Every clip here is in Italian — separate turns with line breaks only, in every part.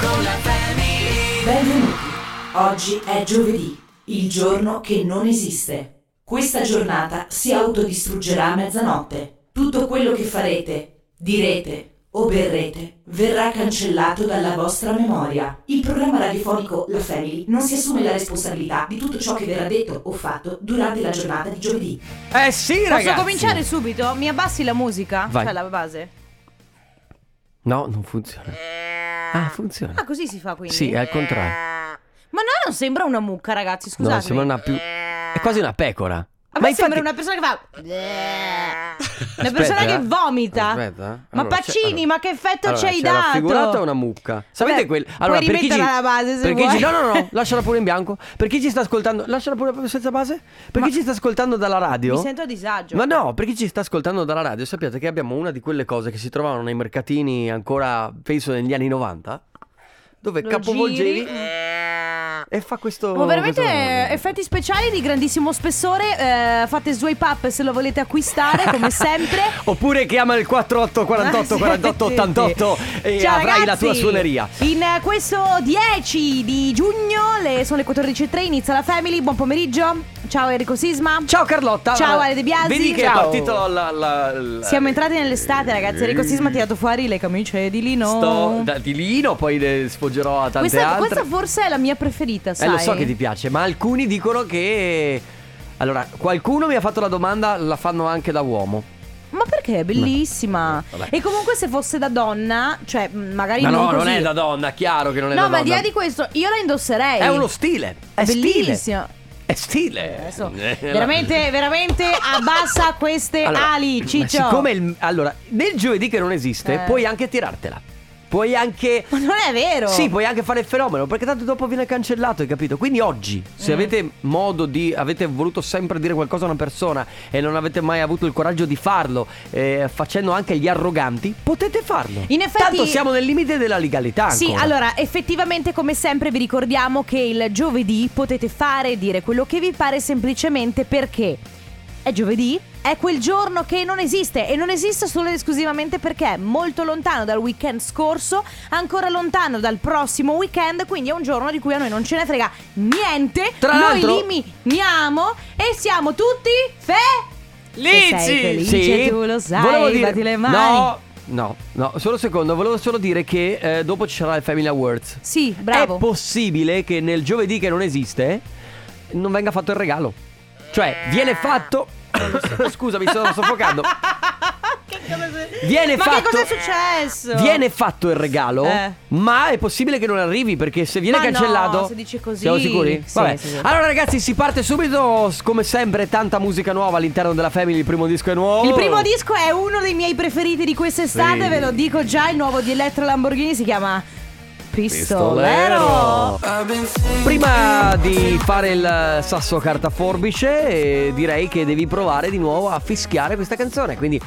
con la family.
Benvenuti. Oggi è giovedì, il giorno che non esiste. Questa giornata si autodistruggerà a mezzanotte. Tutto quello che farete, direte o berrete verrà cancellato dalla vostra memoria. Il programma radiofonico La Family non si assume la responsabilità di tutto ciò che verrà detto o fatto durante la giornata di giovedì.
Eh sì, ragazzi.
Posso cominciare subito? Mi abbassi la musica?
Vai.
Cioè la base.
No, non funziona. Ah, funziona.
Ah, così si fa quindi?
Sì, è al contrario.
Ma no, non sembra una mucca, ragazzi,
No,
scusate.
sembra una più È quasi una pecora.
A me
Ma
sembra
infatti-
una persona che fa. una
Aspetta,
persona
eh.
che vomita.
Aspetta, eh.
Ma
Allora, c'è-
Pacini,
allora-
ma che effetto
allora,
ci hai
c'è
dato?
La figurata è una mucca. Sapete
Vabbè,
quel
puoi
Allora, per chi ci
rimetterla alla base, se
per chi
vuoi.
ci- No, no, no, lasciala pure in bianco. Per chi ci sta ascoltando, lasciala pure senza base? Per chi ci sta ascoltando dalla radio?
Mi sento a disagio.
Ma no, per chi ci sta ascoltando dalla radio, sappiate che abbiamo una di quelle cose che si trovavano nei mercatini ancora penso negli anni 90, dove
Lo
capovolgevi
giri.
e fa questo
Ma veramente
Oh, questo-
effetti speciali di grandissimo spessore. eh, fate swipe up se lo volete acquistare, come sempre.
Oppure chiama il 4848 48 88 e
Ciao,
avrai la tua
ragazzi.
suoneria.
In eh, questo 10 di giugno, le, sono le 14.03, inizia la Family. Buon pomeriggio. Ciao Enrico Sisma.
Ciao Carlotta.
Ciao, Ale De Biasi.
Vedi che
Ciao.
è partito la, la- la- Mm.
Siamo entrati nell'estate, ragazzi. Enrico Sisma ha tirato fuori le camicie di lino.
Sto da di Lino, poi le sfoggerò a tante
questa,
altre.
questa forse è la mia preferita, sai?
Eh, lo so che ti piace, ma alcuni dicono che. Allora, qualcuno mi ha fatto la domanda, la fanno anche da uomo.
Ma perché è bellissima.
Eh, Vabbè.
E comunque se fosse da donna, cioè mh, magari
Ma
non
no, non
così.
è da donna, chiaro che non è
No,
da donna.
ma al di là di questo, io la indosserei.
È uno stile. È stile.
Bellissima.
È stile.
Adesso,
Eh, la-
veramente, veramente abbassa queste
Allora,
ali,
ma
Ciccio.
Siccome il- allora, nel giovedì che non esiste,
Eh.
puoi anche tirartela. Puoi anche.
Ma non è vero.
Sì, puoi anche fare il fenomeno, perché tanto dopo viene cancellato, hai capito? Quindi oggi, se
Mm.
avete modo di. avete voluto sempre dire qualcosa a una persona e non avete mai avuto il coraggio di farlo, eh, facendo anche gli arroganti, potete farlo.
In effetti-
Tanto siamo nel limite della legalità.
Sì,
ancora.
allora, effettivamente come sempre vi ricordiamo che il giovedì potete fare e dire quello che vi pare semplicemente perché è giovedì, è quel giorno che non esiste e non esiste solo ed esclusivamente perché è molto lontano dal weekend scorso, ancora lontano dal prossimo weekend, quindi è un giorno di cui a noi non ce ne frega niente,
Tra
noi
l'altro-
limitiamo e siamo tutti felici. Se sei felice
Sì.
tu lo sai,
Volevo dire-
batti le mani.
No, no, no, solo un secondo, volevo solo dire che eh, dopo ci sarà il Family Awards.
Sì, bravo.
È possibile che nel giovedì che non esiste non venga fatto il regalo.
Eh.
Cioè, viene fatto. Scusa, mi sto soffocando.
Che cosa se-
Viene
Ma
fatto.
che cos'è successo?
Viene fatto il regalo,
Eh.
ma è possibile che non arrivi perché se viene
Ma no,
cancellato.
se dici così.
Siamo sicuri?
Sì,
Vabbè.
sì, sì.
Allora, ragazzi, si parte subito. s- Come sempre, tanta musica nuova all'interno della Family. Il primo disco è nuovo.
Il primo disco è uno dei miei preferiti di quest'estate,
Oh. Sì.
ve lo dico già, il nuovo di Elettro Lamborghini si chiama Pistolero.
Pistolero. Prima di fare il sasso carta forbice, eh, direi che devi provare di nuovo a fischiare questa canzone. Quindi.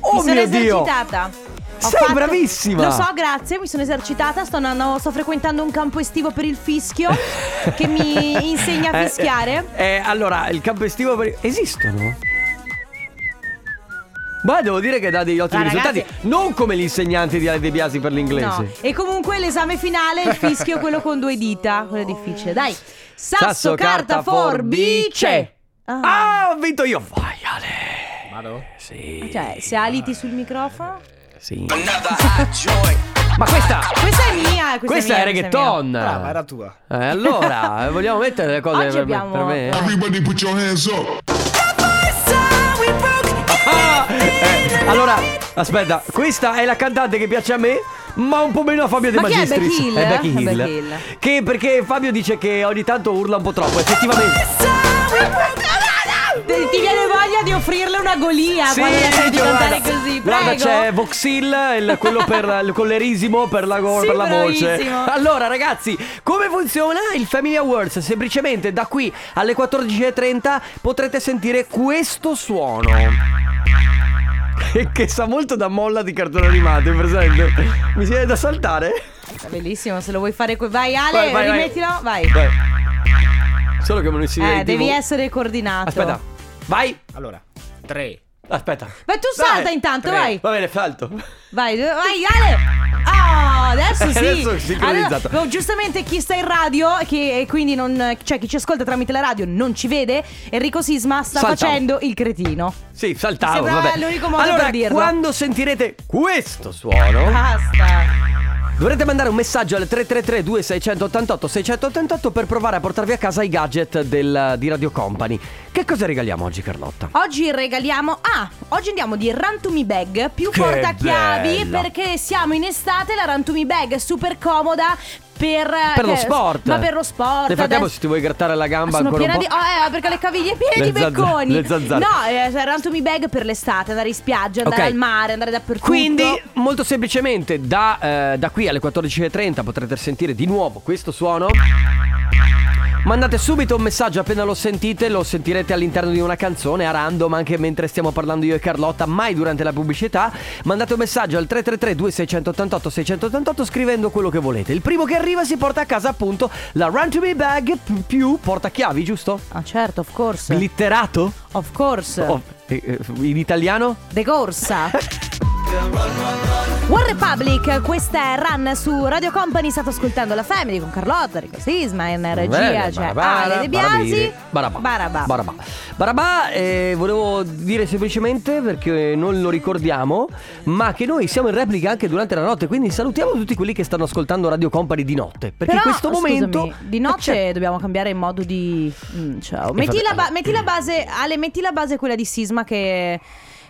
mi
Oh
sono
mio dio!
esercitata. Ho
Sei bravissima!
Lo so, grazie, mi sono esercitata, sto, andando- sto frequentando un campo estivo per il fischio che mi insegna a
Eh,
fischiare.
eh, eh, allora, il campo estivo per... esistono? Ma devo dire che dà degli ottimi
Ma ragazzi-
risultati. Non come gli insegnanti di Ale De Biasi per l'inglese.
No. E comunque l'esame finale, il fischio, quello con due dita, quello è difficile. Dai, sasso, carta, forbice.
Ah.
Ah.
ho vinto io. Vai, Ale. Vado? Sì.
Cioè, se aliti sul microfono.
Sì. Ma questa.
Ah, Questa è mia, questa,
Questa
è, mia,
è
questa
reggaeton.
Brava, era tua.
Eh, allora, eh, vogliamo mettere le cose
Oggi
per,
abbiamo-
per me?
Everybody put your hands up.
Ah, eh, allora, aspetta, questa è la cantante che piace a me, ma un po' meno a Fabio De
Ma chi è,
Magistris.
Becky Hill?
È Becky Hill.
Becky Hill.
Che perché Fabio dice che ogni tanto urla un po' troppo, effettivamente.
Ti, ti viene voglia di offrirle una golia Ah, quando la senti
guarda,
cantare così, prego.
guarda, c'è Voxil, il- quello per, il collerisimo per la, go-
Sì,
per la voce.
bravissimo.
Allora, ragazzi, come funziona il Family Awards? Semplicemente da qui alle 14.30 potrete sentire questo suono. Che- Che sa molto da molla di cartone animato, è presente? Mi viene da saltare?
Bellissimo, se lo vuoi fare que- Vai Ale,
Vai, vai, vai.
rimettilo, vai.
Beh, solo che me lo si
Eh, devi essere coordinato.
Aspetta, vai!
Allora, 3,
Aspetta.
Ma tu salta intanto, vai.
Va bene, salto.
Vai, dove- vai, Ale! Ah, adesso sì.
Adesso è sincronizzato.
Allora, oh, giustamente chi sta in radio che, e quindi non cioè chi ci ascolta tramite la radio non ci vede, Enrico Sisma sta
Saltavo.
facendo il cretino.
Sì, saltavo.
Sembrava
vabbè.
l'unico modo
allora,
per dirlo. Ah.
quando sentirete questo suono,
Basta.
dovrete mandare un messaggio al 333-2688-688 per provare a portarvi a casa i gadget del- di Radio Company. Che cosa regaliamo oggi, Carlotta?
Oggi regaliamo Ah, oggi andiamo di Rantumi Bag più
Che
portachiavi
bella.
perché siamo in estate, la Rantumi Bag è super comoda per
Per lo
eh,
sport.
Ma per lo sport.
Nel frattempo,
adesso-
se ti vuoi grattare la gamba
Sono
ancora
piena
un
di.
po'.
Oh, eh, perché le caviglie piene
Le
di
zanzare-
becconi.
le zanzare.
No, eh, cioè, Rantomy Bag per l'estate, andare in spiaggia, andare
Ok.
al mare, andare dappertutto.
Quindi, molto semplicemente, da, eh, da qui alle 14.30 potrete sentire di nuovo questo suono. Mandate subito un messaggio appena lo sentite, lo sentirete all'interno di una canzone a random anche mentre stiamo parlando io e Carlotta, mai durante la pubblicità. Mandate un messaggio al 333-2688-688 scrivendo quello che volete. Il primo che arriva si porta a casa appunto la Run to Me Bag più portachiavi, giusto?
Ah, certo, of course.
Glitterato?
of course.
Oh, eh, eh, in italiano?
De corsa. One Republic, questa è Run su Radio Company. State ascoltando la Family con Carlotta, Rico Sisma, in regia.
Bene,
cioè,
Barabara,
Ale De Biasi.
Barabiri, Barabà.
Barabà.
Barabà. Barabà, eh, volevo dire semplicemente perché non lo ricordiamo, ma che noi siamo in replica anche durante la notte, quindi salutiamo tutti quelli che stanno ascoltando Radio Company di notte, perché in
Però,
questo
scusami,
momento
di notte
Cioè,
dobbiamo cambiare il modo di mm, ciao. Metti,
vabbè,
la ba-
allora.
metti la base Ale metti la base quella di Sisma che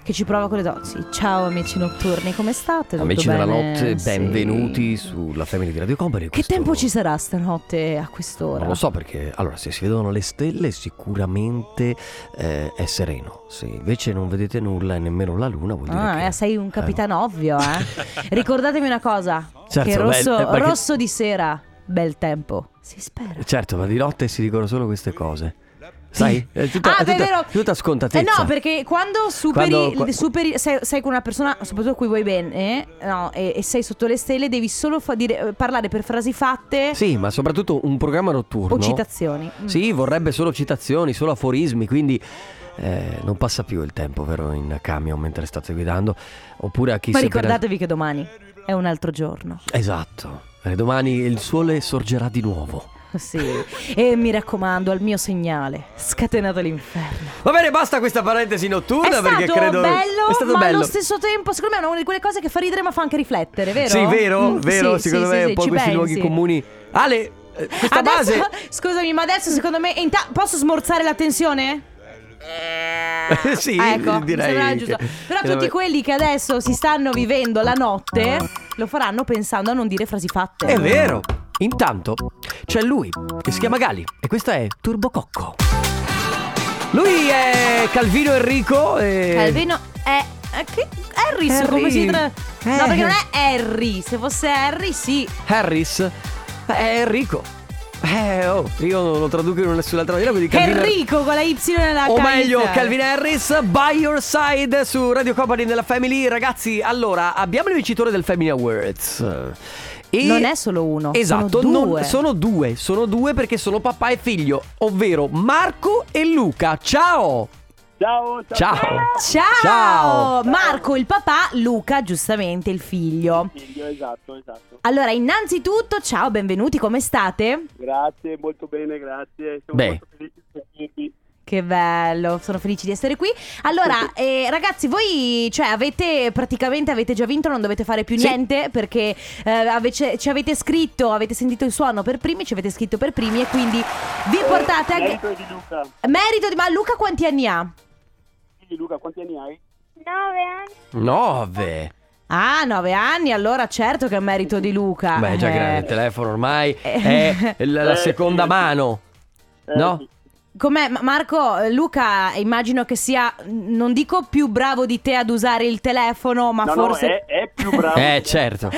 che ci prova con le dozzi. Ciao amici notturni, come state? Tutto
Amici della
bene?
notte,
Sì.
benvenuti sulla Family di Radio Company.
Che tempo ci sarà stanotte a quest'ora?
Non lo so perché, allora, se si vedono le stelle sicuramente eh, è sereno, se invece non vedete nulla e nemmeno la luna vuol dire
Ah,
che...
eh, sei un capitano ovvio, eh. Ricordatemi una cosa,
Certo,
che rosso,
beh, eh, perché-
rosso di sera, bel tempo, si spera.
Certo, ma di notte si dicono solo queste cose. Sai? È tutta,
ah,
è
beh,
tutta-
è vero.
tutta scontatezza.
Eh no, perché quando superi,
Quando- qua-
il- superi- sei, sei con una persona, soprattutto a cui vuoi bene, eh, no, e, e sei sotto le stelle, devi solo fa- dire- eh, parlare per frasi fatte
Sì, ma soprattutto un programma notturno.
o citazioni. Mm.
Sì, vorrebbe solo citazioni, solo aforismi, quindi eh, non passa più il tempo, vero, in camion mentre state guidando. Oppure a chi
Ma
si è
ricordatevi che domani è un altro giorno.
appena- Esatto. Eh, Domani il sole sorgerà di nuovo.
Sì. e mi raccomando, al mio segnale, scatenate l'inferno.
Va bene, basta questa parentesi
È
notturna perché
stato
credo
bello,
è stato
ma
bello.
allo stesso tempo, secondo me è una di quelle cose che fa ridere ma fa anche riflettere, vero?
Sì, vero,
Mm,
vero,
sì,
secondo
sì,
me
sì,
un po'
ci
questi luoghi
pensi.
comuni. Ale, eh, questa
Adesso-
base
Scusami, ma adesso secondo me. inta- posso smorzare la tensione?
sì,
Ah, ecco, mi
direi
sembrava
che-
giusto. Però
che-
tutti quelli che adesso si stanno vivendo la notte lo faranno pensando a non dire frasi fatte.
È vero. Intanto c'è lui che si chiama Gali e questa è Turbo Cocco. Lui è Calvino Enrico e
Calvino Cioè, è. è Che? Harry,
Harry.
come si tra... No,
Eh.
perché non è Harry. Se fosse Harry, sì.
Harris è Enrico. Eh, oh, io non lo traduco in nessun'altra maniera, quindi Calvino
Enrico con la Y nella
O
K.
meglio, Calvin Harris, by your side su Radio Company nella Family. Ragazzi, allora, abbiamo il vincitore del Family Awards. E-
Non è solo uno,
Esatto,
sono
non-
due.
sono due, sono due perché sono papà e figlio, ovvero Marco e Luca. Ciao!
Ciao, ciao.
Ciao!
Ciao!
Ciao.
Marco, il papà, Luca, giustamente il figlio.
Figlio, esatto, esatto.
Allora, innanzitutto, ciao, benvenuti, come state?
Grazie, molto bene, grazie. Sono
Beh.
molto felice di sentirvi.
Che bello, sono felice di essere qui. Allora, eh, ragazzi, voi cioè, avete praticamente avete già vinto, non dovete fare più
Sì.
niente perché eh, avece- ci avete scritto, avete sentito il suono per primi, ci avete scritto per primi e quindi vi portate a...
Eh, Merito di Luca.
Merito di... Ma Luca quanti anni ha?
Figli, Luca, quanti anni hai?
9 anni.
9.
Ah, nove anni, allora certo che è merito di Luca.
Beh, è già
Eh,
grande il telefono ormai
Eh.
è la, la
Eh,
seconda
sì.
mano.
Eh,
No?
sì.
Com'è? Ma- Marco, eh, Luca immagino che sia, non dico più bravo di te ad usare il telefono, ma
No, no,
forse...
è, è più bravo.
Eh, certo.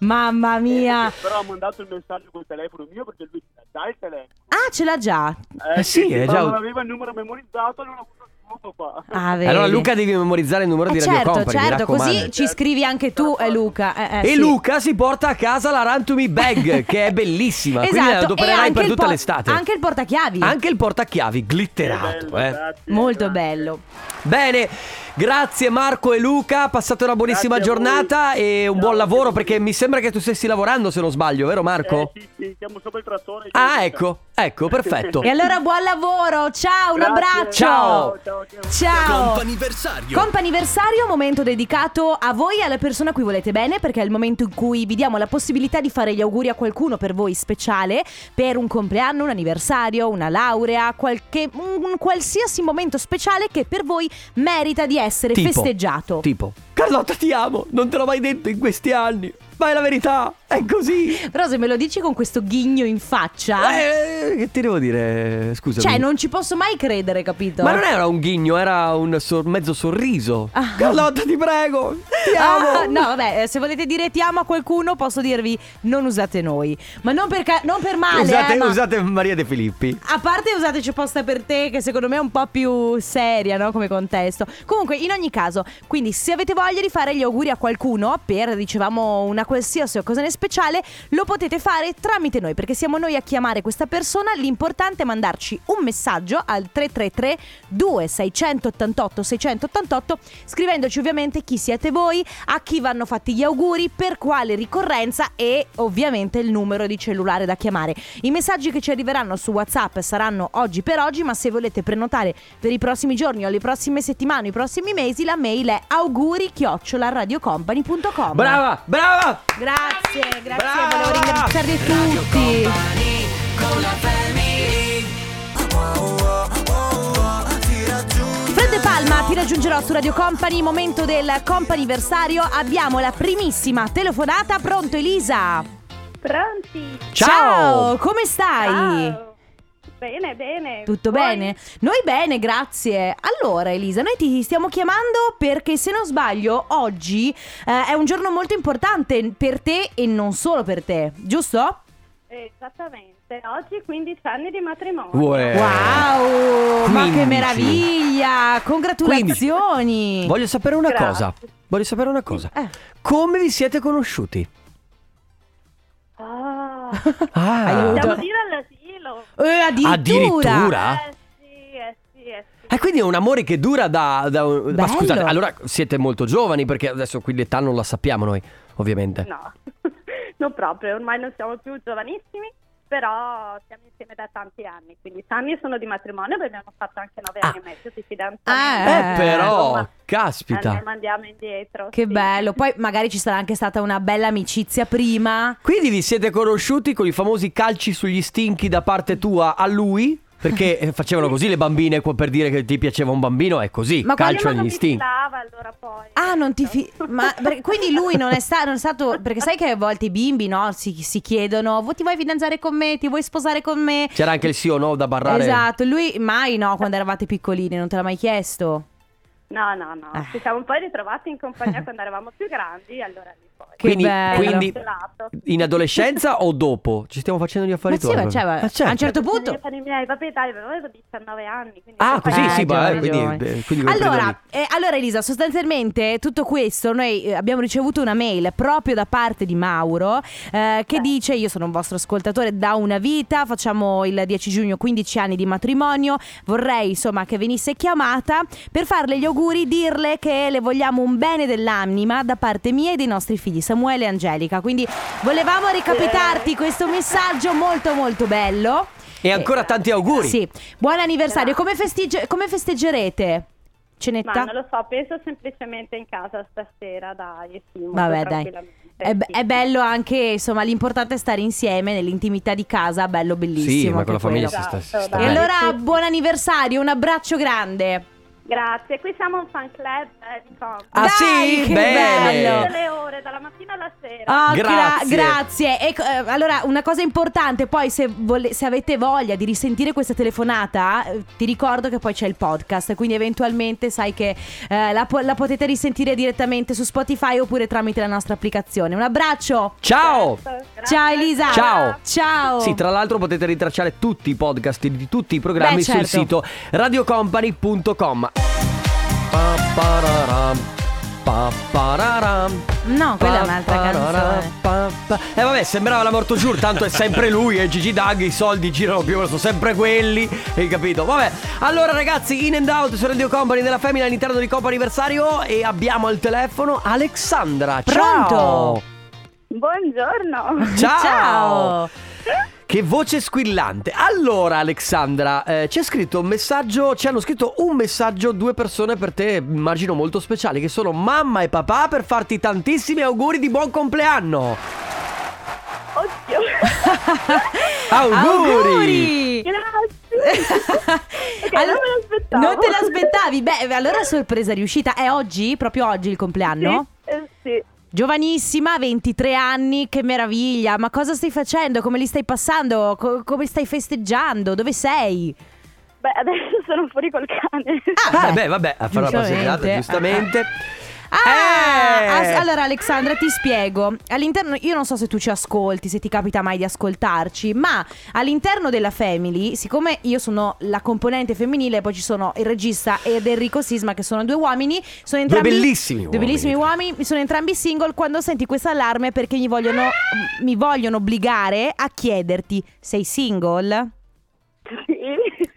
Mamma mia!
Eh, Però ha mandato il messaggio col telefono mio perché lui dà il telefono.
Ah, ce l'ha già.
Eh sì, è
ma
già-
Non aveva il numero memorizzato, non ha avuto il tutto qua.
Ah, vedi.
Allora Luca devi memorizzare il numero
Eh,
di Radio
certo,
Company, mi
certo,
raccomando.
così ci scrivi anche tu, eh,
Certo.
Luca. eh, eh,
E
sì.
Luca si porta a casa la Rantumi Bag, che è bellissima. Quindi la
Esatto, e
adopererai
anche
per
il
tutta
por-
l'estate.
Anche il portachiavi.
Anche il portachiavi
Che
glitterato.
bello,
eh.
grazie,
Molto
grazie.
bello.
Bene, grazie Marco e Luca. Passate una buonissima
Grazie a voi.
giornata e un
Ciao,
buon lavoro.
anche a voi.
Perché mi sembra che tu stessi lavorando, se non sbaglio, vero Marco?
Eh, sì, sì, siamo sopra il trattore.
Ah, ecco, ecco, perfetto.
E allora buon lavoro, ciao, un
Grazie.
abbraccio.
Ciao.
ciao, ciao.
Ciao.
Comp'anniversario.
Comp'anniversario, momento dedicato a voi e alla persona a cui volete bene, perché è il momento in cui vi diamo la possibilità di fare gli auguri a qualcuno per voi speciale, per un compleanno, un anniversario, una laurea, qualche- un qualsiasi momento speciale che per voi merita di essere
Tipo,
festeggiato.
Tipo, Carlotta, ti amo. Non te l'ho mai detto in questi anni. Ma è la verità. È così.
Però se me lo dici con questo ghigno in faccia,
Eh, che ti devo dire? Scusa.
Ah. cioè non ci posso mai credere, capito?
Ma non era un ghigno, era un sor- mezzo sorriso.
Ah.
Carlotta, ti prego. Ti amo.
Ah, no, vabbè, eh, se volete dire ti amo a qualcuno, posso dirvi non usate noi. Ma non per, ca- non per male.
Usate,
eh, ma-
usate Maria De Filippi.
A parte usateci posta per te, che secondo me è un po' più seria, no? Come contesto. Comunque, in ogni caso, quindi se avete voglia di fare gli auguri a qualcuno per, dicevamo, una qualsiasi occasione speciale, lo potete fare tramite noi, perché siamo noi a chiamare questa persona. L'importante è mandarci un messaggio al 333 2688 688, scrivendoci ovviamente chi siete voi, a chi vanno fatti gli auguri, per quale ricorrenza e ovviamente il numero di cellulare da chiamare. I messaggi che ci arriveranno su WhatsApp saranno oggi per oggi, ma se volete prenotare per i prossimi giorni o le prossime settimane, i prossimi mesi, la mail è auguri@radiocompany.com.
Brava, brava.
Grazie, grazie,
Brava!
volevo ringraziarvi tutti. Fred De Palma, ti raggiungerò su Radio Company, momento del comp'anniversario, abbiamo la primissima telefonata, pronto Elisa?
Pronti?
Ciao.
come stai?
Ciao. Bene, bene.
Tutto
Voi?
bene? Noi bene, grazie. Allora, Elisa, noi ti stiamo chiamando perché se non sbaglio, oggi eh, è un giorno molto importante per te e non solo per te, giusto?
Esattamente. Oggi 15 anni di matrimonio.
Uè.
Wow, ma
15.
che meraviglia! Congratulazioni!
Voglio sapere una
Grazie.
cosa. Voglio sapere una cosa.
Eh.
Come vi siete conosciuti?
Ah,
Ah,
Aiuto.
Possiamo dire all'asilo.
Eh, addirittura!
Addirittura? Ah.
Eh sì, eh sì, eh sì.
Ah,
E quindi è un amore che dura da. da- ma
Bello.
scusate, allora siete molto giovani perché adesso qui l'età non la sappiamo noi, ovviamente.
No, non proprio. Ormai non siamo più giovanissimi, però siamo insieme da tanti anni. Quindi anni sono di matrimonio e abbiamo fatto anche 9
Ah.
anni e mezzo di
Eh,
fidanzamento.
Eh, però,
insomma,
caspita.
eh, non andiamo indietro.
Che
sì.
bello! Poi magari ci sarà anche stata una bella amicizia prima.
Quindi vi siete conosciuti con i famosi calci sugli stinchi da parte tua a lui? Perché eh, facevano così le bambine qua per dire che ti piaceva un bambino, è così.
Ma
calcio
Io non
agli
mi
stinchi.
fidava allora poi.
Ah, non ti fi- ma perché- quindi lui non è, sta- non è stato. Perché sai che a volte i bimbi, no? Si, si chiedono: "Vo- ti vuoi fidanzare con me? Ti vuoi sposare con me?
C'era anche il sì o no da barrare.
Esatto, lui mai no, quando eravate piccolini, non te l'ha mai chiesto.
No, no, no.
Ah.
Ci siamo poi ritrovati in compagnia quando eravamo più grandi, allora lì poi.
Che
Quindi,
bello. esatto.
quindi
Gelato.
in adolescenza o dopo? Ci stiamo facendo gli affari
Ma sì,
tuoi. Ah,
ma cioè,
proprio.
ma- a un certo punto.
Io con i miei papà dai, avevo 19 anni. quindi-
Ah, così,
Eh,
sì, ma
giovane,
eh, quindi,
giovane.
eh, quindi quello
Allora,
prima
eh, allora Elisa, sostanzialmente tutto questo, noi eh, abbiamo ricevuto una mail proprio da parte di Mauro eh, che dice io sono un vostro ascoltatore da una vita, facciamo il 10 giugno 15 anni di matrimonio, vorrei insomma che venisse chiamata per farle gli auguri, dirle che le vogliamo un bene dell'anima da parte mia e dei nostri figli Samuele e Angelica. Quindi volevamo ricapitarti questo messaggio molto molto bello.
lì. E ancora tanti auguri.
Eh, Sì, buon anniversario. Come, festegge- come festeggerete? Cenetta?
Ma non lo so, penso semplicemente in casa stasera, dai. Sì, molto
Vabbè, dai.
tranquillamente,
È, be-
sì.
è bello anche, insomma, l'importante è stare insieme nell'intimità di casa, bello bellissimo.
Sì, ma
anche
con la famiglia
quello.
si sta, si
Esatto,
sta
dai.
E
bene.
allora
Sì, sì.
buon anniversario, un abbraccio grande.
Grazie, qui siamo un fan club eh, di Company.
Ah
Dai,
sì?
che
Bene.
bello.
Tutte le ore dalla mattina alla sera.
Ah,
Grazie.
gra- grazie. Ecco, eh, allora, una cosa importante, poi se, vole- se avete voglia di risentire questa telefonata, eh, ti ricordo che poi c'è il podcast, quindi eventualmente sai che eh, la, po- la potete risentire direttamente su Spotify oppure tramite la nostra applicazione. Un abbraccio.
Ciao!
Certo.
Grazie.
Ciao Elisa.
Ciao.
Ciao.
Sì, tra l'altro potete ritracciare tutti i podcast di tutti i programmi
Beh,
sul
certo.
sito radiocompany.com. Pa, pararam, pa, pararam,
No, quella è un'altra
pa, pararam,
canzone.
pa, pa. Eh vabbè, sembrava la morto giù, tanto è sempre lui, è Gigi Dag, i soldi girano più o meno, sono sempre quelli, hai capito? Vabbè, allora ragazzi, in and out su Radio Company della Femina all'interno di Coppa Anniversario e abbiamo al telefono Alexandra. Ciao!
Pronto?
Buongiorno.
Ciao!
Ciao.
Che voce squillante. Allora, Alexandra, eh, c'è scritto un messaggio, ci hanno scritto un messaggio, due persone per te, immagino molto speciali, che sono mamma e papà per farti tantissimi auguri di buon compleanno.
Oddio.
Auguri!
Grazie. Ok, non me l'aspettavo.
non te l'aspettavi? Beh, eh, allora sorpresa riuscita. È oggi, proprio oggi il compleanno?
Sì, eh, sì.
Giovanissima, 23 anni, che meraviglia. Ma cosa stai facendo? Come li stai passando? Co- come stai festeggiando? Dove sei?
Beh, adesso sono fuori col cane.
Ah, beh, vabbè, a fare la passeggiata, giustamente. Eh!
Ah, as- allora Alexandra ti spiego. All'interno, io non so se tu ci ascolti, se ti capita mai di ascoltarci, ma all'interno della Family, siccome io sono la componente femminile, poi ci sono il regista ed Enrico Sisma che sono due uomini, sono entrambi
bellissimi
due bellissimi
uomini.
uomini, sono entrambi single quando senti questo allarme perché mi vogliono mi vogliono obbligare a chiederti sei single?
Sì.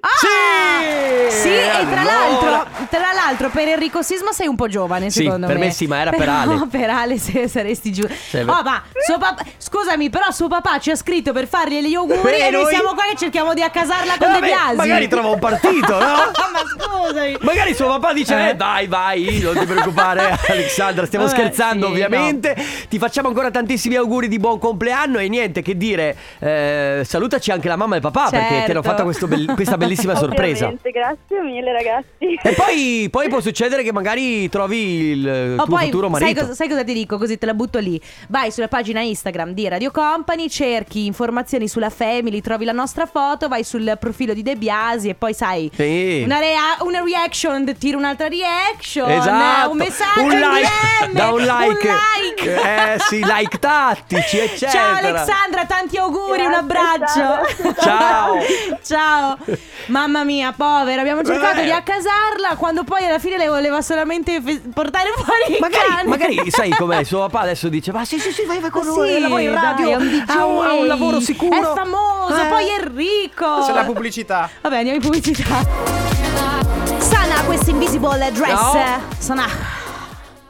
Ah!
Sì!
Sì, e tra
Allora.
l'altro, tra l'altro per Enrico Sisma sei un po' giovane,
Sì,
secondo
per
me.
me sì, ma era per
Però
Ale.
per Ale se saresti giù.
Sì, beh.
oh, ma suo papà- scusami, però suo papà ci ha scritto per fargli gli auguri
E
e, noi
noi?
siamo qua che cerchiamo di accasarla
Eh,
con De
vabbè,
Biasi.
magari trova un partito, no?
ma scusami.
Magari suo papà dice:
Eh.
eh, Vai, vai, non ti preoccupare, Alexandra. Stiamo
Vabbè,
scherzando,
sì,
ovviamente. Ti facciamo ancora tantissimi auguri di buon compleanno. E niente che dire, eh, salutaci anche la mamma e il papà perché
Certo.
ti hanno fatto questo bell- questa bellissima sorpresa.
Ovviamente, grazie mille ragazzi.
E poi, poi può succedere che magari trovi il eh,
Oh,
tuo
poi
futuro
sai
marito.
cosa, sai cosa ti dico? Così te la butto lì. Vai sulla pagina Instagram di Radio Company, cerchi informazioni sulla Family, trovi la nostra foto, vai sul profilo di De Biasi e poi sai
Sì.
una, rea- una reaction, tira un'altra reaction,
Esatto.
un messaggio, un
like,
DM,
da un like.
like.
Eh sì, like tattici, eccetera.
Ciao Alexandra, tanti auguri, un
Grazie,
abbraccio.
ciao.
Ciao. Mamma mia, povera, abbiamo cercato
Vabbè.
di accasarla quando poi alla fine le voleva solamente fe- portare fuori il
Magari,
cane.
magari sai com'è? Suo papà adesso dice: Ma sì, sì, sì, vai, vai con noi.
Sì,
lavora in
dai,
radio,
è un DJ,
ha, un, ha un lavoro sicuro.
È famoso,
Eh.
poi è ricco.
C'è la pubblicità.
Vabbè, andiamo in pubblicità. Sana, questo Invisible Dress.
No.
Sana.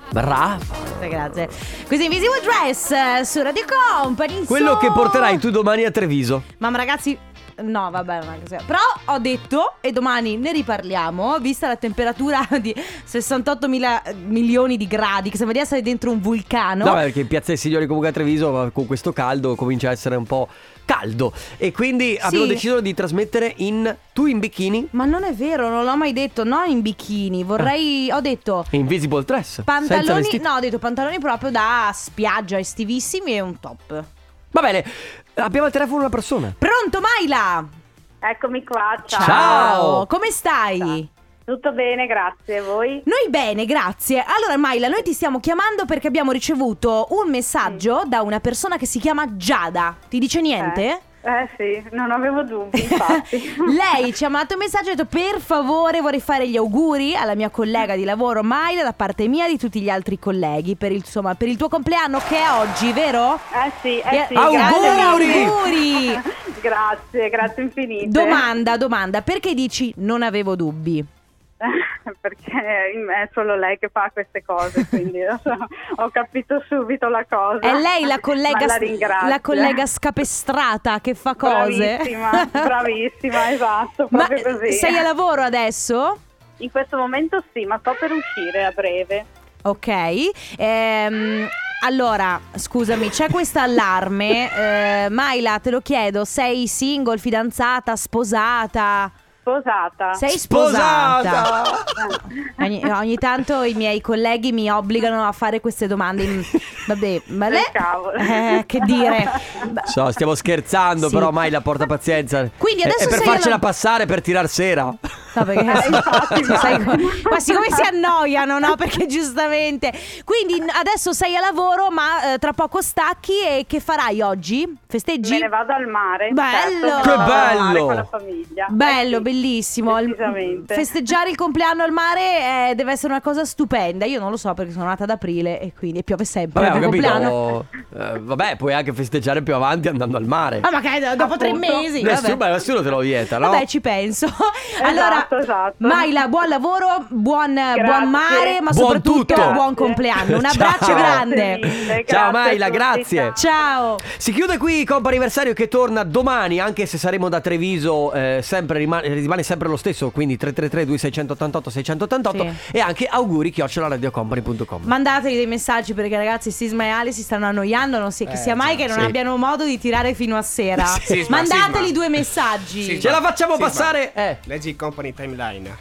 Brava.
Grazie. Questo Invisible Dress eh, su Radio Company.
Quello
so-
che porterai tu domani a Treviso.
Mamma ragazzi, no, vabbè, non è così. Però ho detto e domani ne riparliamo, vista la temperatura di 68 mila milioni di gradi, che sembra di essere dentro un vulcano.
No, beh, perché in Piazza dei Signori comunque a Treviso con questo caldo comincia a essere un po' caldo. E quindi abbiamo deciso di trasmettere in Tu in bikini
Ma non è vero, non l'ho mai detto, no in bikini, vorrei ho detto
e Invisible Dress. senza
pantaloni,
vestiti.
no, ho detto pantaloni proprio da spiaggia estivissimi e un top.
Va bene, abbiamo al telefono una persona.
Pronto Maila?
Eccomi qua, ciao.
Ciao.
Come stai?
Tutto bene, grazie. Voi?
Noi bene, grazie. Allora, Maila, noi ti stiamo chiamando perché abbiamo ricevuto un messaggio da una persona che si chiama Giada. Ti dice niente?
Eh sì, non avevo dubbi, infatti.
Lei ci ha mandato un messaggio e ha detto per favore vorrei fare gli auguri alla mia collega di lavoro Maila da parte mia e di tutti gli altri colleghi per il, insomma, per il tuo compleanno che è oggi, vero?
Eh sì, eh sì.
Eh,
grazie
auguri!
mille.
Auguri!
grazie, grazie infinite.
Domanda, domanda, perché dici non avevo dubbi?
Perché in me è solo lei che fa queste cose, quindi io so- ho capito subito la cosa.
È lei la collega,
Ma la ringrazio.
la collega scapestrata che fa cose.
Bravissima, bravissima, esatto,
Ma
proprio così.
sei a lavoro adesso?
In questo momento sì, ma sto per uscire a breve.
Ok. Ehm, allora, scusami, c'è questo allarme. Eh, Maila, te lo chiedo, sei single, fidanzata, sposata?
sposata. Eh.
Sei sposata.
Sposata!
Ogni, ogni tanto i miei colleghi mi obbligano a fare queste domande. in- Vabbè, ma
Che
le-
cavolo.
eh, che dire.
So, stiamo scherzando,
Sì.
però mai la porta pazienza.
Quindi
È-
adesso
è per
sei
farcela
alla-
passare per tirar sera.
No, perché
Eh, infatti,
cioè, sai,
guarda.
ma siccome si annoiano, no? Perché giustamente. Quindi n- adesso sei a lavoro, ma eh, tra poco stacchi e che farai oggi? Festeggi?
Me ne vado al mare.
Bello!
certo, me ne
Che
vado al mare
bello!
Con la famiglia.
Bello,
Eh sì,
bellissimo. Al-
Decisamente.
Festeggiare il compleanno al mare eh, deve essere una cosa stupenda. Io non lo so perché sono nata ad aprile e quindi piove sempre.
Vabbè,
il
ho
mio compleanno.
capito. Eh, vabbè, puoi anche festeggiare più avanti andando al mare.
Ah, ma che dopo tre mesi.
nessuno,
vabbè.
beh, nessuno te lo vieta, no?
Vabbè, ci penso. allora,
esatto.
Maila, buon lavoro, buon, buon mare, ma
Buon
soprattutto
tutto.
buon compleanno. Un
Ciao.
abbraccio
Grazie
grande.
mille,
Ciao,
grazie a
Maila,
tutti,
grazie.
ciao.
Ciao.
Si chiude qui il compo anniversario che torna domani, anche se saremo da Treviso, eh, sempre rima- rimane sempre lo stesso, quindi 333 2688 688
Sì.
e anche auguri chioccioladiocompany.com.
Mandategli dei messaggi perché ragazzi Sisma e Ale si stanno annoiando, non si,
Eh,
che sia mai che non
sì.
abbiano modo di tirare fino a sera.
Sisma,
Mandateli
Sisma.
due messaggi.
Sì,
Ce la facciamo
Sisma.
passare? Eh.
Leggi il company timeline.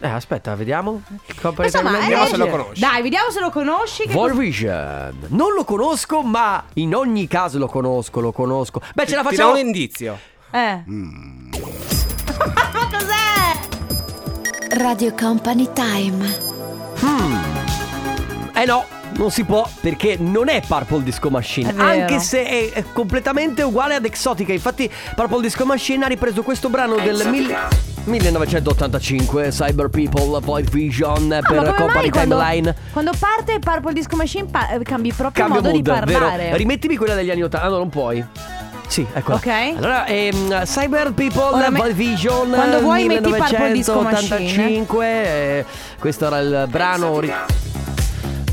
Eh, aspetta, vediamo. Il company
Insomma,
timeline.
vediamo
eh,
se lo conosci.
Dai, vediamo se lo conosci. Che
War Vision. Non lo conosco, ma in ogni caso lo conosco, lo conosco. Beh, ce la
Ti- ti
facciamo.
do un indizio.
Eh.
Mm.
Ma cos'è?
Radio Company Time.
Eh no, non si può perché non è Purple Disco Machine.
È vero.
Anche se è è completamente uguale ad Exotica. Infatti, Purple Disco Machine ha ripreso questo brano del mille- 1985, Cyber People, Void Vision
Ah, ma
per
come mai
Company
quando,
Timeline.
quando parte Purple Disco Machine pa- eh, cambi proprio
Cambio
modo
mood,
di parlare.
vero? Rimettimi quella degli anni 80. Ah, no, non puoi. Sì, eccola.
Ok.
Allora, ehm, Cyber People,
Ora me-
Void Vision.
Quando vuoi metti Purple Disco
1985, eh, questo era il brano. ori-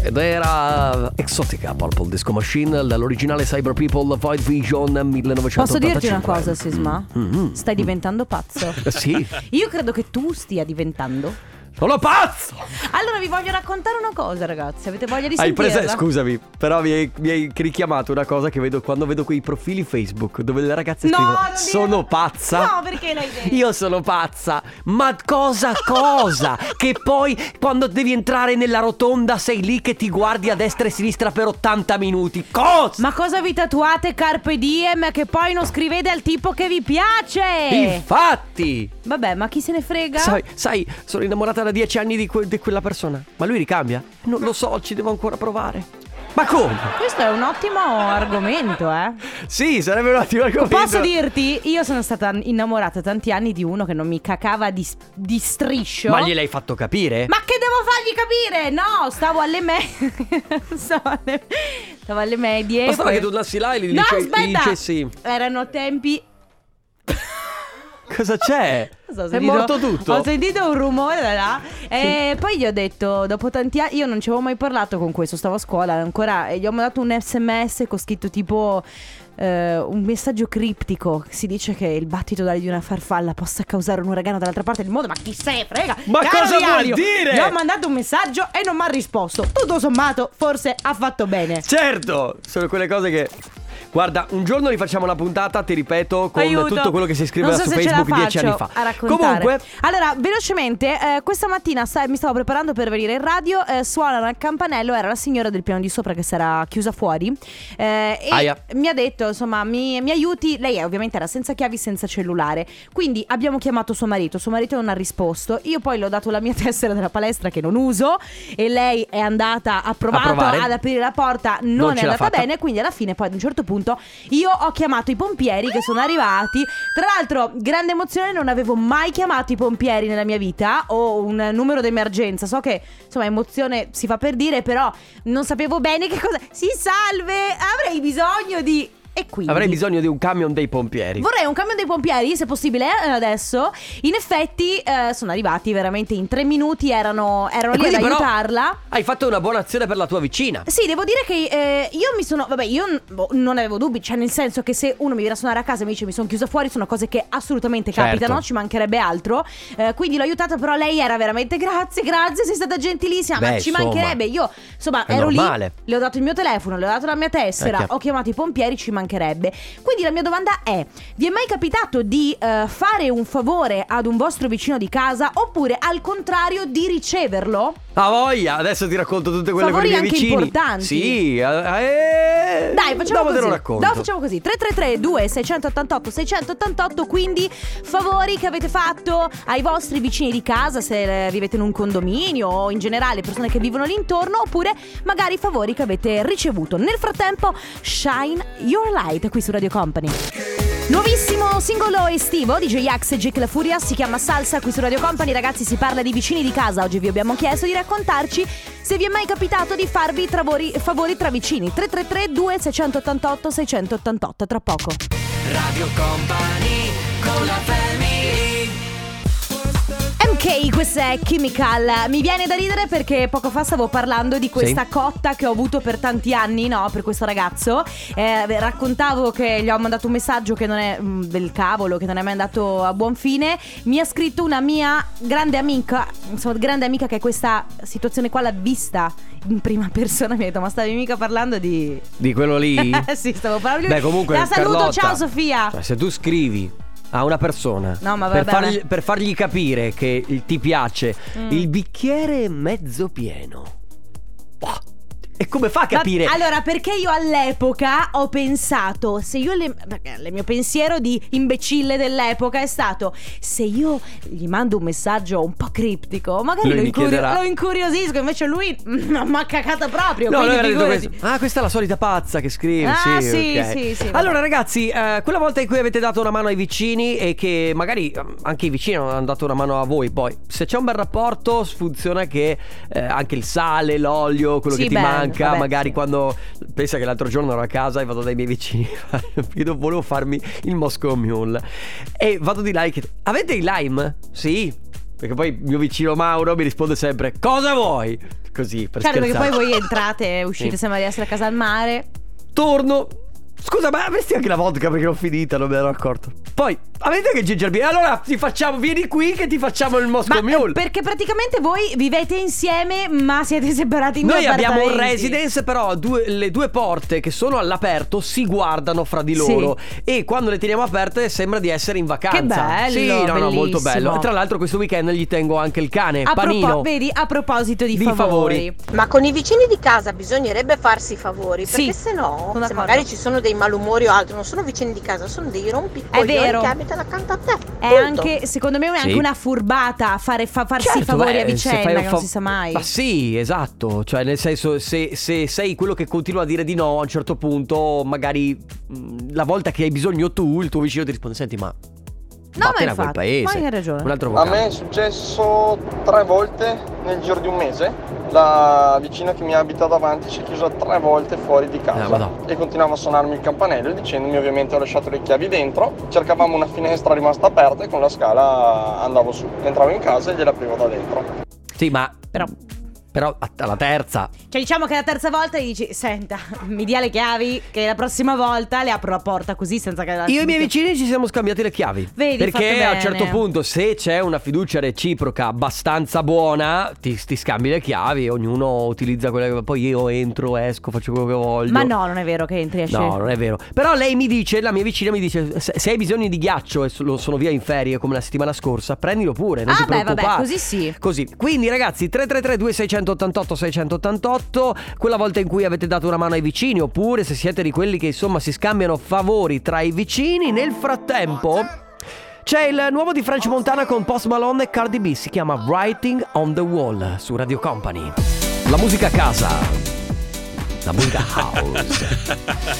Ed era Exotica Purple Disco Machine, dall'originale Cyber People Void Vision 1985.
Posso dirti una cosa, Sisma?
Mm, mm.
Stai diventando pazzo.
Sì,
Io credo che tu stia diventando.
sono pazzo!
Allora vi voglio raccontare una cosa, ragazzi. Avete voglia di
Hai
sentirla?
presa- Scusami, però mi hai, mi hai richiamato una cosa che vedo quando vedo quei profili Facebook dove le ragazze
No,
scrivono
non dire-
Sono pazza.
No, perché l'hai detto?
Io sono pazza. Ma cosa cosa? che poi quando devi entrare nella rotonda sei lì che ti guardi a destra e a sinistra per 80 minuti. Cosa?
Ma cosa vi tatuate Carpe Diem che poi non scrivete al tipo che vi piace?
Infatti,
Vabbè, ma chi se ne frega?
sai, sai, sono innamorata da 10 anni di, que- di quella persona. Ma lui ricambia? Non lo so, ci devo ancora provare. Ma come?
Questo è un ottimo argomento, eh.
Sì, sarebbe un attimo argomento.
Posso dirti, io sono stata innamorata tanti anni di uno che non mi cacava di, di striscio.
Ma gliel'hai fatto capire?
Cioè? Ma che devo fargli capire? No, stavo alle medie. stavo, alle... stavo alle medie.
Bastava
poi-
che tu andassi là e gli
No,
dice- gli
aspetta.
dicessi
Erano tempi.
Cosa c'è?
Non so, ho
È
sentito-
morto tutto
Ho sentito un rumore da là. E poi gli ho detto, dopo tanti anni, io non ci avevo mai parlato con questo, stavo a scuola ancora. E gli ho mandato un sms con scritto tipo. eh, un messaggio criptico si dice che il battito d'ali di una farfalla possa causare un uragano dall'altra parte del mondo ma chi se ne frega
Ma
Caro
cosa vuol
Diario,
dire?
gli ho mandato un messaggio e non mi ha risposto tutto sommato forse ha fatto bene
Certo, sono quelle cose che. Guarda, un giorno rifacciamo una puntata, ti ripeto, con
Aiuto.
tutto quello che si scriveva
Non so
su
se ce la
Facebook dieci
faccio
anni fa.
a raccontare.
Comunque,
Allora, velocemente, eh, questa mattina sai, mi stavo preparando per venire in radio. eh, suonano al campanello, era la signora del piano di sopra che sarà chiusa fuori. eh, e
Aia.
mi ha detto, insomma, mi, mi aiuti. Lei eh, ovviamente era senza chiavi, senza cellulare. Quindi abbiamo chiamato suo marito. Suo marito non ha risposto. Io poi le ho dato la mia tessera della palestra che non uso. E lei è andata, ha provato
provare.
ad aprire la porta. Non,
Non
è
ce l'ha
andata
fatta.
bene. Quindi alla fine, poi ad un certo punto, io ho chiamato i pompieri che sono arrivati. Tra l'altro, grande emozione, non avevo mai chiamato i pompieri nella mia vita o un numero d'emergenza. So che, insomma, emozione si fa per dire, però non sapevo bene che cosa. Si salve, avrei bisogno di e quindi
avrei bisogno di un camion dei pompieri.
Vorrei un camion dei pompieri, se possibile, eh, adesso. In effetti, eh, sono arrivati veramente in tre minuti, erano, erano
E
lì ad
quindi però
aiutarla.
Hai fatto una buona azione per la tua vicina.
Sì, devo dire che eh, io mi sono. Vabbè, io n- boh, non avevo dubbi. Cioè, nel senso che se uno mi viene a suonare a casa e mi dice mi sono chiusa fuori, sono cose che assolutamente
Certo.
capitano, ci mancherebbe altro. Eh, quindi l'ho aiutata, però lei era veramente grazie, grazie, sei stata gentilissima. ma
Beh,
ci
insomma,
mancherebbe. Io, insomma,
è
ero
normale.
lì, le ho dato il mio telefono, le ho dato la mia
Eh,
tessera,
chiaro.
ho chiamato i pompieri, ci mancherebbe. Quindi la mia domanda è: vi è mai capitato di eh, fare un favore ad un vostro vicino di casa oppure al contrario di riceverlo?
A voglia, adesso ti racconto tutte quelle con i
Favori
miei
anche
vicini.
importanti.
Sì, eh,
Dai, facciamo
dopo
così.
te lo racconto.
Dopo facciamo così. 333 2688 688 quindi favori che avete fatto ai vostri vicini di casa se eh, vivete in un condominio o in generale persone che vivono lì intorno oppure magari favori che avete ricevuto. Nel frattempo Shine Your Light qui su Radio Company. Nuovissimo singolo estivo di J-Ax e Jake La Furia si chiama Salsa qui su Radio Company. Ragazzi, si parla di vicini di casa. Oggi vi abbiamo chiesto di raccontarci se vi è mai capitato di farvi travori- favori tra vicini. 333 2688 688 tra poco.
Radio Company con la family
MK, questa è Chemical. Mi viene da ridere perché poco fa stavo parlando di questa cotta che ho avuto per tanti anni, no? Per questo ragazzo. Eh, raccontavo che gli ho mandato un messaggio che non è mm, del cavolo, che non è mai andato a buon fine. Mi ha scritto una mia grande amica, insomma, grande amica che questa situazione qua l'ha vista in prima persona. Mi ha detto, ma stavi mica parlando di.
Di quello lì?
Eh, sì, stavo parlando di.
Beh, comunque.
La saluto,
Carlotta,
ciao Sofia.
cioè, se tu scrivi a una persona
No, ma
per,
vabbè,
fargli,
ma-
per fargli capire che il- ti piace
Mm.
il bicchiere è mezzo pieno. Boh. E come fa a
Ma-
capire?
allora, perché io all'epoca ho pensato, se io le, perché il mio pensiero di imbecille dell'epoca è stato se io gli mando un messaggio un po' criptico, magari
Lui
lo,
mi
incurio-
chiederà.
lo incuriosisco, invece lui mi ha cacata proprio.
No,
quindi
lui era detto
figurati.
questo. Ah, questa è la solita pazza che scrive.
Ah, sì,
ok.
sì, sì, vabbè.
Allora, ragazzi, eh, quella volta in cui avete dato una mano ai vicini e che magari ehm, anche i vicini hanno dato una mano a voi, poi se c'è un bel rapporto, funziona che eh, anche il sale, l'olio, quello
Sì,
che ti
beh,
manca,
vabbè,
magari
sì.
quando pensa che l'altro giorno ero a casa e vado dai miei vicini, io volevo farmi il Moscow Mule e vado di là e chiedo, avete i lime? Sì. Perché poi il mio vicino Mauro mi risponde sempre Cosa vuoi? Così per
Certo, perché poi
scherzare.
voi entrate, uscite,
Sì.
sembra di essere a casa al mare.
Torno. Scusa, ma avresti anche la vodka perché l'ho finita, non me ne ero accorto. Poi, avete anche il ginger beer? Allora, ti facciamo, vieni qui che ti facciamo il Moscow
Ma
Mule.
eh, perché praticamente voi vivete insieme, ma siete separati in due
Noi abbiamo un
appartamenti.
residence, però due- le due porte che sono all'aperto si guardano fra di loro. E quando le teniamo aperte sembra di essere in vacanza.
bello,
Sì, no, no, molto
bellissimo.
bello. E tra l'altro questo weekend gli tengo anche il cane,
A, propo-
Panino.
vedi, a proposito di,
Di favori.
Ma con i vicini di casa bisognerebbe farsi i favori,
Sì,
perché se no,
sono
se
d'accordo.
magari ci sono dei malumori o altro, non sono vicini di casa, sono dei
È vero.
rompicoglioni che abitano accanto a te.
È
punto.
anche, secondo me, è anche
Sì.
una furbata fare, fa- farsi
Certo,
favori
beh,
a
se
vicenda,
fai un
che
fa-
non si sa mai.
Ma sì, esatto. Cioè, nel senso, se, se sei quello che continua a dire di no, a un certo punto, magari mh, la volta che hai bisogno tu, il tuo vicino ti risponde: Senti, ma.
No, ma
vattene a quel
infatti,
paese.
ma hai ragione.
Un altro
A
vocale.
me è successo tre volte nel giro di un mese. La vicina che mi abita davanti si è chiusa tre volte fuori di
Ah,
casa
madò.
e continuava a suonarmi il campanello dicendomi ovviamente ho lasciato le chiavi dentro. Cercavamo una finestra rimasta aperta e con la scala andavo su. Entravo in casa e gliela aprivo da dentro.
Sì, ma.
Però-
Però a- alla terza.
Cioè, diciamo che la terza volta gli dici: Senta, mi dia le chiavi, che la prossima volta le apro la porta così senza che la.
Io e i miei vicini ci siamo scambiati le chiavi.
Vedi, fatto
perché
bene.
a un certo punto, se c'è una fiducia reciproca abbastanza buona, ti, ti scambi le chiavi e ognuno utilizza quella che. Poi io entro, esco, faccio quello che voglio.
Ma no, non è vero che entri e esci.
No, non è vero. Però lei mi dice, la mia vicina mi dice, se, se hai bisogno di ghiaccio e so- lo sono via in ferie come la settimana scorsa, prendilo pure. Non
Ah,
ti
beh,
preoccupare.
vabbè, così sì.
Così. Quindi ragazzi, 333-2688-688, quella volta in cui avete dato una mano ai vicini, oppure se siete di quelli che insomma si scambiano favori tra i vicini, nel frattempo... C'è il nuovo di French Montana con Post Malone e Cardi B, si chiama Writing on the Wall su Radio Company. La musica a casa. La musica house.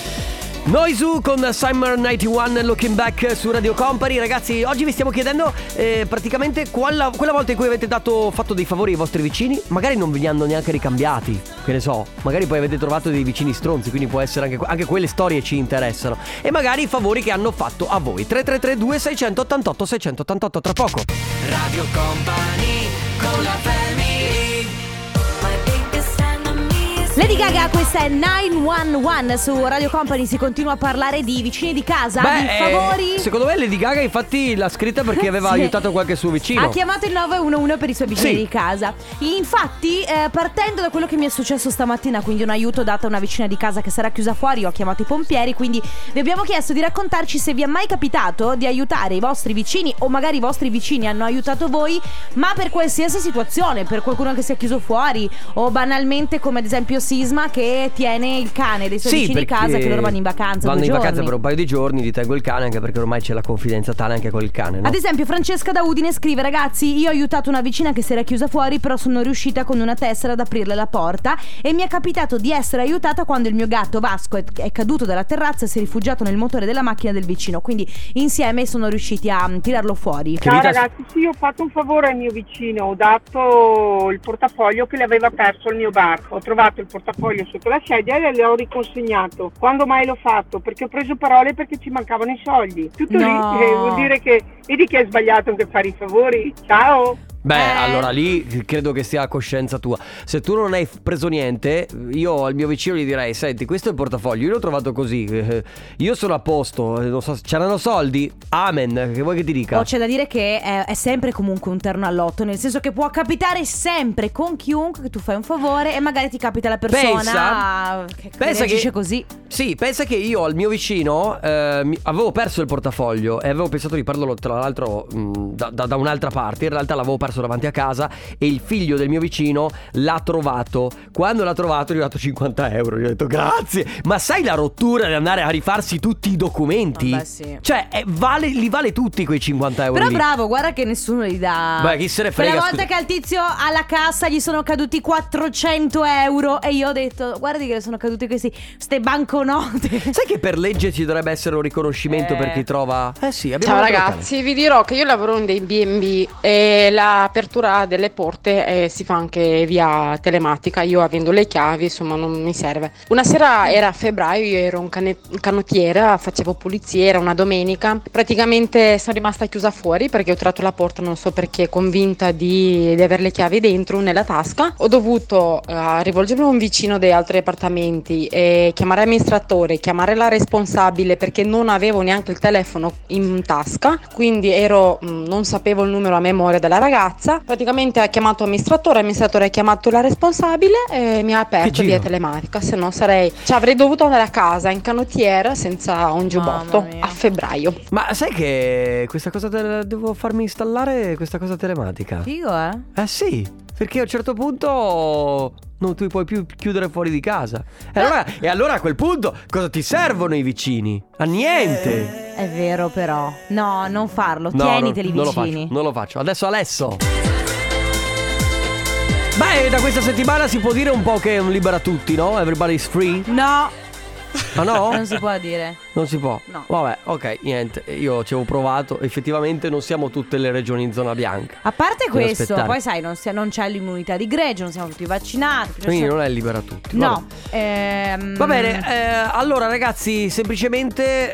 Noi su con Summer 91 Looking Back su Radio Company Ragazzi oggi vi stiamo chiedendo eh, praticamente quella, quella volta in cui avete dato, fatto dei favori ai vostri vicini Magari non ve li hanno neanche ricambiati Che ne so Magari poi avete trovato dei vicini stronzi Quindi può essere anche, que- anche quelle storie ci interessano E magari i favori che hanno fatto a voi 3332 688 688 tra poco
Radio Company con la family My biggest enemy is
Lady Gaga, questa è 911 su Radio Company. Si continua a parlare di vicini di casa,
Beh,
di
eh,
favori.
secondo me Lady Gaga infatti l'ha scritta perché aveva
Sì.
aiutato qualche suo vicino.
Ha chiamato il 911 per i suoi vicini
Sì.
di casa. Infatti, eh, partendo da quello che mi è successo stamattina, quindi un aiuto dato a una vicina di casa che sarà chiusa fuori, ho chiamato i pompieri, quindi vi abbiamo chiesto di raccontarci se vi è mai capitato di aiutare i vostri vicini o magari i vostri vicini hanno aiutato voi, ma per qualsiasi situazione, per qualcuno che si è chiuso fuori o banalmente come ad esempio Sisma che tiene il cane dei suoi vicini di
perché
casa che loro vanno in vacanza
Vanno
due
in
giorni.
vacanza per un paio di giorni, li tengo il cane anche perché ormai c'è la confidenza tale anche col cane, no?
Ad esempio, Francesca da Udine scrive: Ragazzi, io ho aiutato una vicina che si era chiusa fuori, però sono riuscita con una tessera ad aprirle la porta. E mi è capitato di essere aiutata quando il mio gatto Vasco è, è caduto dalla terrazza e si è rifugiato nel motore della macchina del vicino. Quindi insieme sono riusciti a mm, tirarlo fuori.
Che vita-
sì, ho fatto un favore al mio vicino, ho dato il portafoglio che le aveva perso il mio bar. Ho trovato il portafoglio sotto la sedia e le ho riconsegnato. Quando mai l'ho fatto? Perché ho preso parole perché ci mancavano i soldi. Tutto
No.
lì eh, vuol dire che vedi che hai sbagliato anche a fare i favori. Ciao!
Beh, allora lì credo che sia a coscienza tua. Se tu non hai f- preso niente, io al mio vicino gli direi: Senti, questo è il portafoglio, io l'ho trovato così. eh, Io sono a posto, eh, non so, se- c'erano soldi. Amen. Che vuoi che ti dica?
Oh, c'è da dire che è, è sempre comunque un terno all'otto, nel senso che può capitare sempre con chiunque che tu fai un favore e magari ti capita la persona
Pensa-
che
pensa
reagisce
che-
così.
Sì, pensa che io al mio vicino eh, mi- avevo perso il portafoglio e avevo pensato di perderlo tra l'altro mh, da, da- da un'altra parte. In realtà l'avevo perso davanti a casa e il figlio del mio vicino l'ha trovato. Quando l'ha trovato gli ho dato 50 euro. Gli ho detto grazie. Ma sai la rottura di andare a rifarsi tutti i documenti?
Vabbè, sì.
Cioè, è- vale- li vale tutti quei 50 euro.
Però
lì.
bravo, guarda che nessuno gli dà.
Beh, chi se ne frega,
Quella volta
scusa.
che al tizio alla cassa gli sono caduti 400 euro e io ho detto, guardi che le sono caduti questi, ste banconote.
Sai che per legge ci dovrebbe essere un riconoscimento per chi trova. Eh sì, abbiamo
Ciao
dato il
ragazzi, vi dirò che io lavoro in dei B&B e l'apertura delle porte eh, si fa anche via telematica, io avendo le chiavi insomma non mi serve. Una sera era a febbraio, io ero un, cane- un canottiera, facevo pulizia, era una domenica, praticamente sono rimasta chiusa fuori perché ho tratto la porta non so perché convinta di, di avere le chiavi dentro nella tasca, ho dovuto eh, rivolgermi a un vicino dei altri appartamenti, e chiamare amministratore, chiamare la responsabile perché non avevo neanche il telefono in tasca, quindi ero, mh, non sapevo il numero a memoria della ragazza. Praticamente ha chiamato amministratore, l'amministratore ha chiamato la responsabile e mi ha aperto via telematica, se no sarei, cioè avrei dovuto andare a casa in canottiera senza un giubbotto a febbraio.
Ma sai che questa cosa te- devo farmi installare questa cosa telematica?
Figo, eh?
Eh sì, perché a un certo punto non ti puoi più chiudere fuori di casa.
Eh.
E allora, e allora a quel punto cosa ti servono i vicini? A niente.
È vero però. No, non farlo,
No,
Eh, tieniteli
non, non lo faccio,
vicini.
non lo faccio. Adesso Alesso. Beh, da questa settimana si può dire un po' che è un libera tutti, no? Everybody's free?
No.
Ah no?
Non si può dire.
Non si può.
No.
Vabbè, ok, niente. Io ci avevo provato. Effettivamente non siamo tutte le regioni in zona bianca.
A parte
Devo
questo,
aspettare.
poi sai, non, si- non c'è l'immunità di gregge, non siamo tutti vaccinati. perciò-
Quindi non è libera tutti.
No.
vabbè.
ehm,
Va bene, eh, allora ragazzi, semplicemente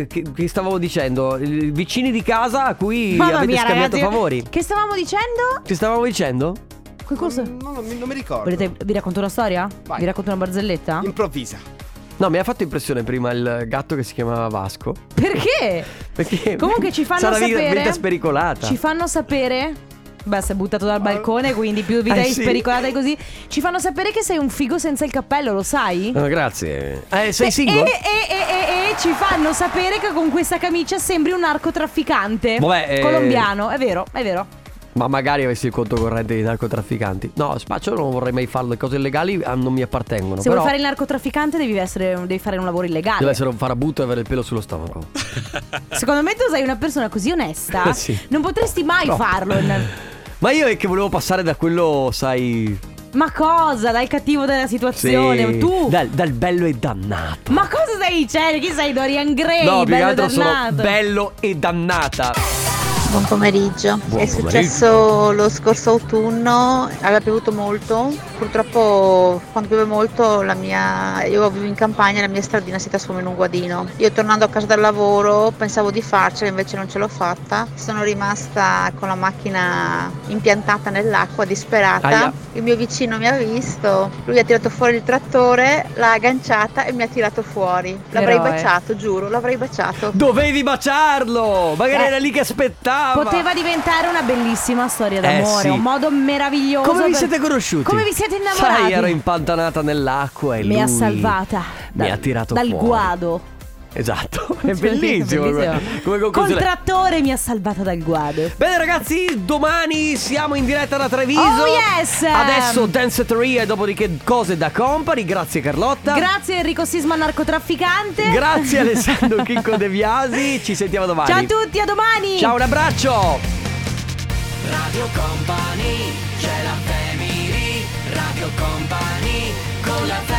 eh, che, che stavo dicendo, i vicini di casa a cui
Mamma
eh, avete
mia,
scambiato
ragazzi,
favori.
Che stavamo dicendo?
Ti stavamo dicendo?
Che cosa?
Non, non mi ricordo.
Volete, vi racconto una storia? Vi racconto una barzelletta?
Improvvisa.
No, mi ha fatto impressione prima il gatto che si chiamava Vasco.
Perché?
Perché
Comunque ci fanno
sarà vita-
sapere.
vita spericolata.
Ci fanno sapere. Beh, sei buttato dal balcone, quindi più vita
Eh,
è
sì.
spericolata di così. Ci fanno sapere che sei un figo senza il cappello, lo sai?
Eh, grazie. Eh, sei single?
E, e- e- e- e ci fanno sapere che con questa camicia sembri un narcotrafficante
Vabbè, eh.
colombiano, è vero, è vero.
Ma magari avessi il conto corrente dei narcotrafficanti. No, spaccio non vorrei mai farlo. Le cose illegali ah, non mi appartengono.
Se
però
vuoi fare il narcotrafficante devi, essere- devi fare un lavoro illegale.
deve essere un farabutto e avere il pelo sullo stomaco.
Secondo me tu sei una persona così onesta,
Sì.
non potresti mai
No.
farlo. in-
Ma io è che volevo passare da quello, sai.
Ma cosa? Dai cattivo della situazione,
sì,
tu.
Dal, dal bello e dannato.
Ma cosa stai dicendo? Chi sei Dorian Gray?
no, più che
bello
altro sono
dannato.
bello e dannata.
Buon pomeriggio.
Buon
È successo lo scorso autunno, aveva piovuto molto. Purtroppo quando piove molto la mia. Io vivo in campagna e la mia stradina si trasforma in un guadino. Io tornando a casa dal lavoro pensavo di farcela, invece non ce l'ho fatta. Sono rimasta con la macchina impiantata nell'acqua, disperata.
Aia.
Il mio vicino mi ha visto, lui ha tirato fuori il trattore, l'ha aggancianciata e mi ha tirato fuori. L'avrei
Eroe.
baciato, giuro, l'avrei baciato.
Dovevi baciarlo! Magari
Eh.
era lì che aspettava.
Poteva diventare una bellissima storia
Eh,
d'amore,
sì.
un modo meraviglioso.
Come vi
per-
siete conosciuti?
Come vi siete innamorati?
Sai, ero impantanata nell'acqua e
Mi
lui
ha salvata
Mi
dal-
ha tirato
dal
fuori.
guado. Cioè,
Esatto, è bellissimo.
bellissimo.
come- Come
Col
conclusione.
trattore mi ha salvata dal guado.
Bene ragazzi, domani siamo in diretta da Treviso.
Oh, yes!
Adesso Dance Theory e dopodiché cose da company. Grazie Carlotta.
Grazie Enrico Sisma narcotrafficante.
Grazie Alessandro Chicco De Viasi. Ci sentiamo domani.
Ciao a tutti, a domani.
Ciao, un abbraccio.
Radio Company, c'è la family, Radio Company, con la family.